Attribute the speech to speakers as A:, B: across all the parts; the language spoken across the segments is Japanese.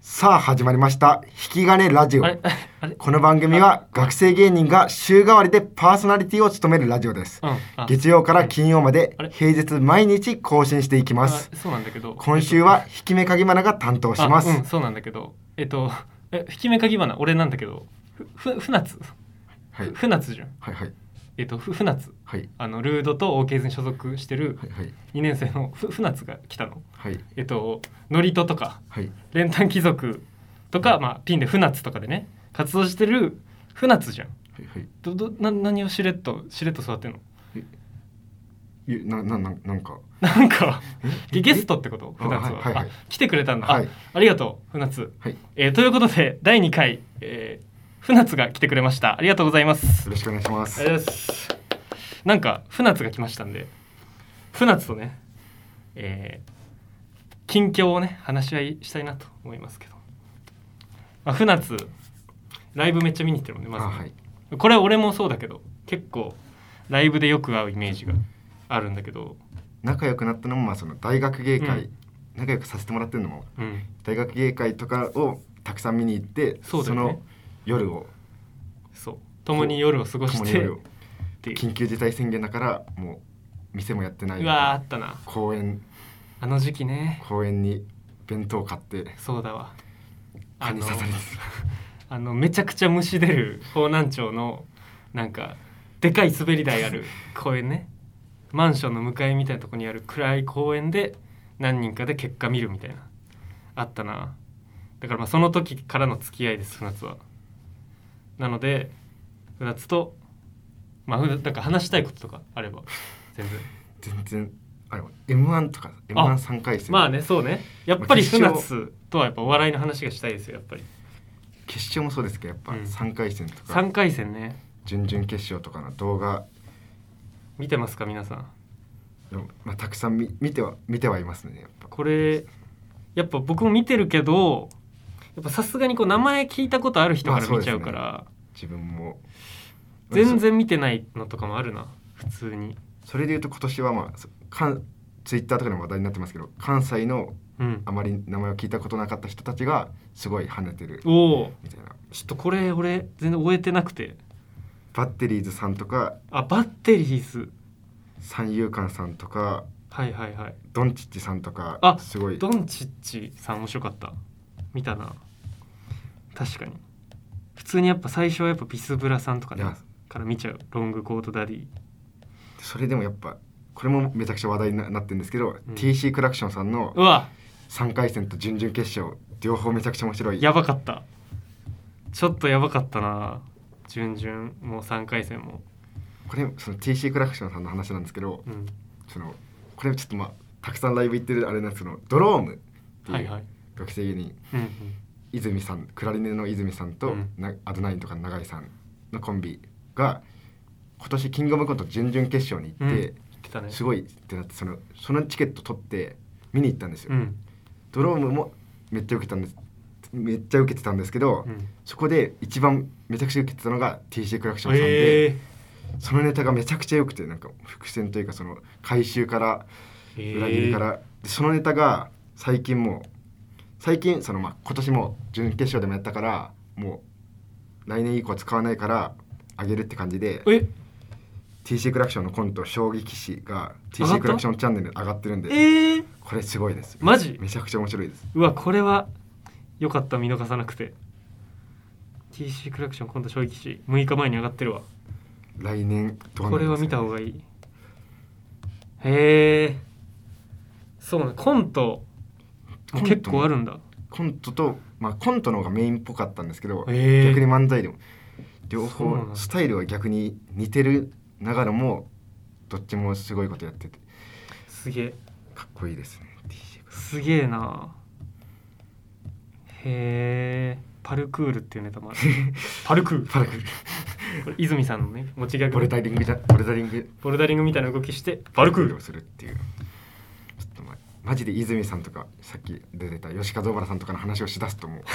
A: さあ始まりました引き金ラジオ
B: あ れあれ
A: この番組は学生芸人が週替わりでパーソナリティを務めるラジオです、
B: うんあ
A: 月曜から金曜まで
B: あれ
A: 平日毎日更新していきます
B: あそうなんだけど
A: 今週は引き目かぎまなが担当します、
B: あうんそうなんだけどえっとえ引き目かぎ花俺なんだけどふふ船津
A: はい
B: 船津じゃん
A: はいはい
B: えっとふ船津
A: はい
B: あのルードと OK ズに所属してる
A: はいはい
B: 2年生のふ船津が来たの
A: はい
B: えっとノリトとか
A: はい
B: 練炭貴族とか、まあ、ピンで船津とかでね活動してる船津じゃん
A: はいはい
B: どどな何をしれっとしれっと座ってんの
A: ゆななななんか
B: なんか
A: え
B: ゲゲストってこと
A: あ
B: 船津は、
A: はいはいはい
B: あ来てくれたんだ、あ
A: はい
B: ありがとう船津、
A: はいよ
B: えーということで第2回、えー、船津が来てくれましたありがとうございます
A: ろしくお願いします
B: ありがとうございますなんか船津が来ましたんで船津とねえー近況をね話し合いしたいなと思いますけど、まあ、船津ライブめっちゃ見に行ってるもんねま
A: あ
B: ずね、
A: はい
B: これ俺もそうだけど結構ライブでよく会うイメージがあるんだけど
A: 仲良くなったのもまあその大学芸会、
B: うん
A: 仲良くさせてもらってるのも
B: うん
A: 大学芸会とかをたくさん見に行って
B: そうだよね
A: の夜を
B: そう共に夜を過ごし
A: 共に
B: て
A: 夜
B: っ
A: を
B: ていう
A: 緊急事態宣言だからもう店もやってないう
B: わーあったな
A: 公園
B: あの時期ね
A: 公園に弁当買って
B: そうだわ
A: 蚊
B: あ
A: に
B: の
A: 刺されて
B: あのめちゃくちゃ虫出る方南町のなんかでかい滑り台 ある公園ねマンションの向かいみたいなとこにある暗い公園で何人かで結果見るみたいなあったなだからまあその時からの付き合いです船津はなので船津とまあふななんか話したいこととかあれば全然
A: 全然あれ m 1とか m 1 3回戦
B: まあねそうねやっぱり
A: ま
B: 船
A: あ決
B: 津とはやっぱお笑いの話がしたいですよやっぱり
A: 決勝もそうですけどやっぱ
B: うん
A: 3回戦とか
B: 3回戦ね
A: 準々決勝とかの動画
B: 見てますか皆さん
A: をまあ、たくさん見見ては見てはいますねやっぱ
B: これやっぱ僕も見てるけどやっぱさすがにこう名前聞いたことある人から見ちゃうから、
A: 自分も
B: 全然見てないのとかもあるな普通に
A: それでいうと今年はまあそ関ツイッターとかでも話題になってますけど関西の
B: うん
A: あまり名前を聞いたことなかった人たちがすごい跳ねてる
B: おお
A: みたいな
B: ちょっとこれ俺全然終えてなくて
A: バッテリーズさんとか
B: あバッテリーズ
A: 三遊間さんとか
B: はいはいはい
A: ドンチッチさんとか
B: あ
A: すごい
B: ドンチッチさん面白かった見たな確かに普通にやっぱ最初はやっぱビスブラさんとかね
A: いや
B: から見ちゃうロングコートダディ
A: それでもやっぱこれもめちゃくちゃ話題にななってるんですけど、
B: ん
A: TC クラクションさんの
B: うわ
A: 3回戦と準々決勝両方めちゃくちゃ面白い
B: やばかったちょっとやばかったな準々もう3回戦も、
A: これその TC クラクションさんの話なんですけど
B: うん、
A: そのこれちょっとまあたくさんライブ行ってるあれなんですけどドロームって
B: はいいうはい、
A: 学生芸人、
B: うんうん、
A: 泉さんクラリネの泉さんと、
B: うん
A: なアドナインとかの永井さんのコンビが今年キングオブコント準々決勝に行って、
B: 言ってたね
A: すごいってなってそのそのチケット取って見に行ったんですよ、
B: うん
A: ドロームもめっちゃ受けたんですめっちゃ受けてたんですけど、
B: うん
A: そこで一番めちゃくちゃ受けてたのが TC クラクションさんで、
B: え
A: そのネタがめちゃくちゃ良くてなんか伏線というかその回収から
B: ー、
A: 裏切りから、でそのネタが最近もう最近そのまあ今年も準決勝でもやったからもう来年以降使わないからあげるって感じで
B: え
A: TC クラクションのコント「将棋棋士」が
B: 上が
A: TC
B: った
A: クラクションチャンネルに上がってるん
B: え
A: で
B: ー、
A: これすごいです
B: マジ
A: めちゃくちゃ面白いです
B: うわこれはよかった見逃さなくて TC クラクション今度将棋棋士6日前に上がってるわ
A: 来年どうな
B: これ
A: るん
B: は
A: です
B: 見
A: か
B: た
A: ね
B: 方がいいへえそうねコントも結構あるんだ
A: コントと、まあ、コントの方がメインっぽかったんですけど、
B: えー
A: 逆に漫才でも両
B: そうなん
A: 方
B: だ
A: スタイルは逆に似てるながらもどっちもすごいことやってて
B: すげえ
A: かっこいいですね
B: すげえなへえパルクールっていうネタもあ るパルクール
A: パラクル
B: これ泉さんのね持ちギャグ
A: ボルダリングじゃボルダリング
B: ボルダリングみたいな動きしてパルクール
A: をするっていうちょっとまあマジで泉さんとかさっき出てた吉和小原さんとかの話をしだすと もうと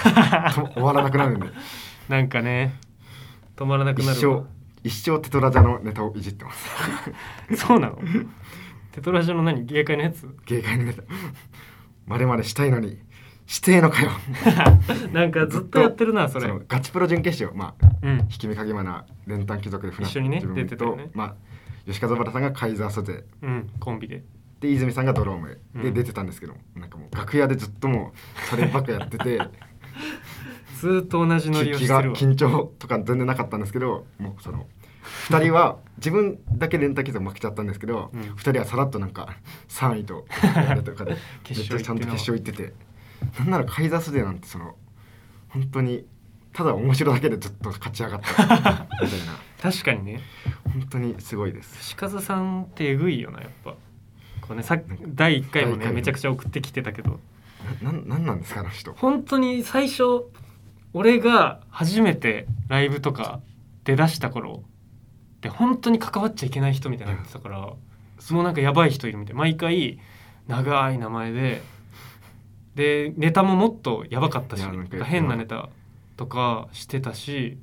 A: 終わらなくなるんで
B: なんかね止まらなく
A: 一
B: なるわ
A: 生一生テトラジャのネタをいじってます
B: そうなのテトラジオの何芸会のやつ
A: 芸会のネタまるまるしたいのにしてえのかよ
B: なんかずっとやってるなそれ
A: のガチプロ準決勝まあ
B: うん
A: 引き目影な練炭貴族で船
B: 一緒にね
A: 自分と
B: 出てたよね
A: まあ吉和原さんがカイザーソテー
B: うんコンビで
A: で泉さんがドローム
B: う
A: で
B: ん
A: 出てたんですけど、なんかもう楽屋でずっともうそればっかやって て
B: ずーっと同じノリを
A: 気
B: して
A: が
B: るわ
A: 緊張とか全然なかったんですけどもうその2人 は自分だけ連帯傷負けちゃったんですけど、
B: うん
A: 二2人はさらっとなんか3位と4位とかでめ
B: 決
A: っち
B: 勝行ってな
A: ゃちゃん と決勝行っててなんならカイザースデーなんてその本当にただ面白だけでずっと勝ち上が ったみたいな
B: 確かにね
A: 本当にすごいです。
B: 串和さんってえぐいよなやっぱこうねさっ第1回
A: 第一回
B: もね
A: も
B: めちゃくちゃ送ってきてたけど
A: ななんなんなんですかあの人
B: 本当に最初俺が初めてライブとか出だした頃で本当に関わっちゃいけない人みたいになってたからそのなんかやばい人いるみたい毎回長い名前ででネタももっとやばかったし
A: いやなんか
B: 変なネタとかしてたし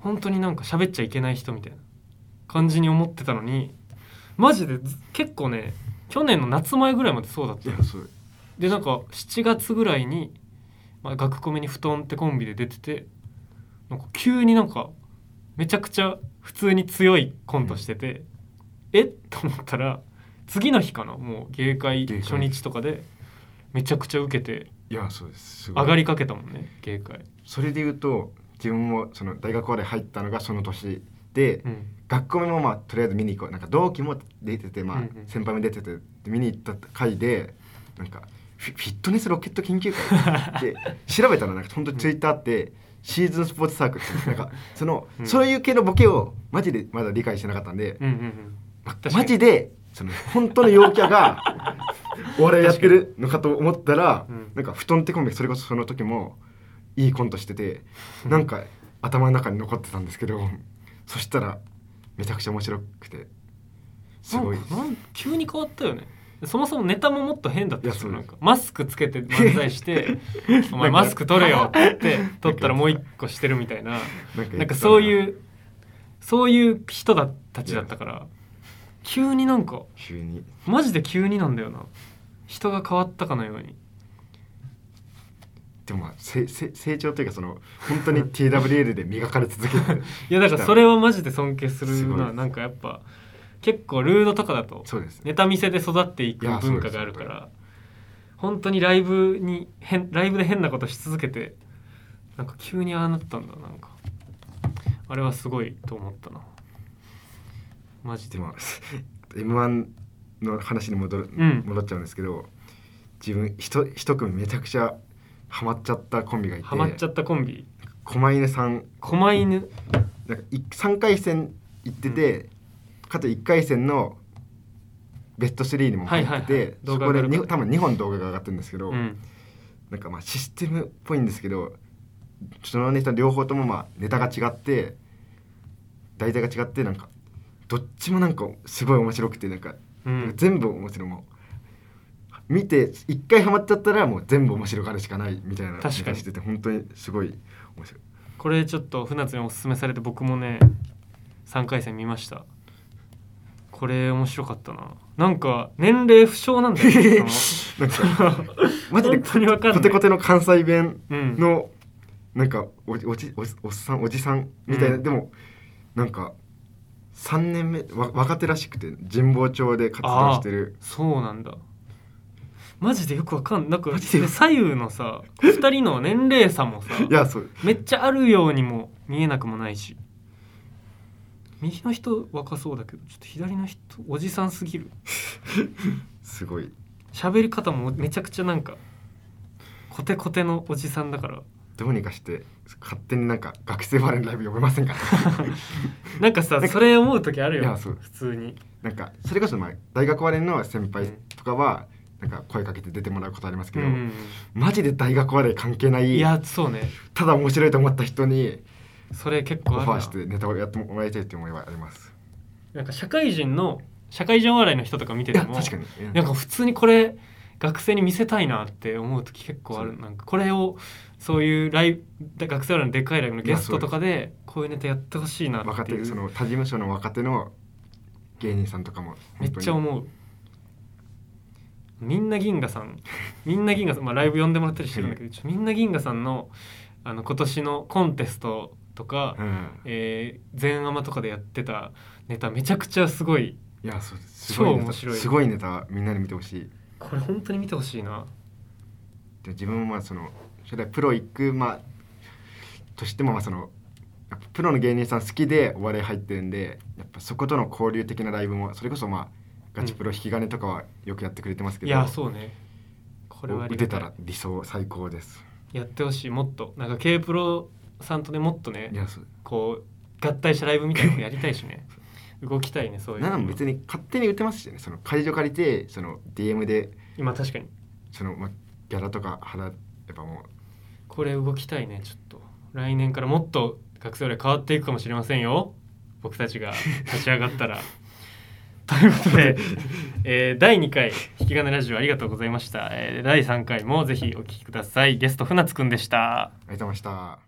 B: 本当になんか喋っちゃいけない人みたいな感じに思ってたのにマジでず結構ね去年の夏前ぐらいまでそうだった
A: い
B: の
A: やそう
B: でなんか7月ぐらいに、まあ、学コメに布団ってコンビで出ててなんか急になんかめちゃくちゃ普通に強いコントしてて、えっと思ったら次の日かなもう芸会
A: 芸会
B: 初日とかでめちゃくちゃ受けて
A: いやそうですすごい
B: 上がりかけたもんね芸会、
A: それで言うと自分もその大学まで入ったのがその年で、
B: うん、
A: 学校もまあとりあえず見に行こうなんか同期も出てて、ま
B: うん
A: あ
B: う、ん
A: 先輩も出てて見に行った回でなんかフィフィットネスロケット研究会で調べたらなんか本当にツイッターってシーズンスポーツサークルってなん かその、
B: うん
A: そういう系のボケをマジでまだ理解してなかったんで、
B: うんうんうん
A: ま
B: 確かに
A: マジでその本当の陽キャ がお笑いやってるのかと思ったら、
B: うん
A: なんか布団ってコンビそれこそその時もいいコントしててなんか頭の中に残ってたんですけどそしたらめちゃくちゃ面白くてすごい
B: なんかなん急に変わったよねそもそもネタももっと変だった
A: いや
B: し
A: そう
B: なんかマスクつけて漫 才して「お前マスク取れよ」って言って取ったらもう一個してるみたいななんかそう
A: う
B: いうそういう人だたちだったから急になんか
A: 急に
B: マジで急になんだよな人が変わったかのように
A: でもまあせせ成長というかその本当に TWL で磨かれ続け て
B: いやだからそれはマジで尊敬す
A: す
B: る
A: ごいで
B: な
A: す
B: なんかやっぱ結構ルードとかだと
A: そうですね
B: ネタ見せで育っていく
A: いや
B: 文化があるか
A: そう
B: ら本当にライブに変ライブで変なことし続けてなんか急にああなったんだなんかあれはすごいと思ったなマジで
A: でも m 1の話に戻る、
B: うん
A: 戻っちゃうんですけど自分ひと一組めちゃくちゃハマっちゃったコンビがいて
B: ハマっちゃったコンビ
A: 狛犬さん
B: 狛犬
A: なんかい3回戦行ってて、かつ1回戦のベスト3にも入ってて、
B: はいはいはい動
A: そ
B: 画
A: こで
B: が上がる
A: に多分2本動画が上がってるんですけど、
B: うん
A: なんかまあシステムっぽいんですけどそのネタ両方ともまあネタが違って題材が違ってなんかどっちもなんかすごい面白くてなんか
B: うん
A: 全部面白いもう見て一回ハマっちゃったらもう全部面白がるしかないみたいな
B: 確かに
A: してて本当にすごい面白い
B: これちょっと船津におすすめされて僕もね3回戦見ましたこれ面白かったななんか年齢不詳なんだよねそ
A: なん か マジで
B: 本当にわかんない
A: コテコテの関西弁
B: のうん
A: のなんかおじおじおじおっさんおじさんみたいな、
B: うん
A: でもなんか3年目わ若手らしくて神保町で活動してる
B: そうなんだマジでよくわかんなんか
A: マジで
B: 左右のさ2人の年齢差もさ
A: いやそう
B: めっちゃあるようにも見えなくもないし右の人若そうだけどちょっと左の人おじさんすぎる
A: すごい
B: 喋り方もめちゃくちゃなんかコテコテのおじさん だから
A: どうにかして勝手になんか学生バレーのライブ呼べません か
B: なんかさ
A: なんか
B: それ思う時ある
A: い
B: よ
A: やそう
B: 普通に
A: なんかそれこそまあ大学バレーの先輩とかはなんか声かけて出てもらうことありますけ
B: う
A: ど、
B: ん
A: マジで大学バレー関係ない
B: いやそうね
A: ただ面白いと思った人に
B: それ結
A: オ
B: 構ある
A: フ
B: な
A: ァーしてネタをやってもらいたいっていう思いはあります
B: なんか社会人の社会人お笑いの人とか見て
A: い
B: て
A: や
B: も
A: 確かに
B: なんか普通にこれ学生に見せたいなって思う時結構あ
A: そ
B: る
A: う
B: なんかこれをそういうライブ学生お笑いのでっかいライブのゲストとかでこういうネタやってほしいなっ
A: 若
B: てい
A: 手そうの他事務所の若手の芸人さんとかも
B: めっちゃ
A: 本
B: 思うみんな銀河さんみんな銀河さん、まあ、ライブ呼んでもらったりしてるんだけど、ちょみんな銀河さんのあの今年のコンテストとか、
A: うん、
B: えー全アマとかでやってたネタめちゃくちゃすごい
A: いやそうすごいネ
B: 超面
A: タ
B: 白い
A: すごいネタみんなに見てほしい
B: これ本当に見てほしいな
A: で自分もまあそのそれはプロ行くまあとしてもまあそのやっぱプロの芸人さん好きでお笑い入ってるんでやっぱそことの交流的なライブもそれこそまあガチプロ引き金とかはよくやってくれてますけ
B: い
A: ど、
B: やそうねこれはあり
A: 出
B: が
A: た
B: たい
A: ら理想最高です
B: やってほしいもっとなんか K プロさんとねもっとね
A: いやそう
B: こう合体したライブみたいなのやりたいしね動きたいねそういう
A: なんも別に勝手に打てますしねその会場借りてその DM で
B: 今確かに
A: その、まあ、ギャラとか払えばも
B: これ動きたいねちょっと来年からもっと学生俺変わっていくかもしれませんよ僕たちが立ち上がったら ということで、えー第2回「引き金ラジオ」ありがとうございました、えー第3回もぜひお聴きくださいゲスト船津くんでした
A: うありがとうございました。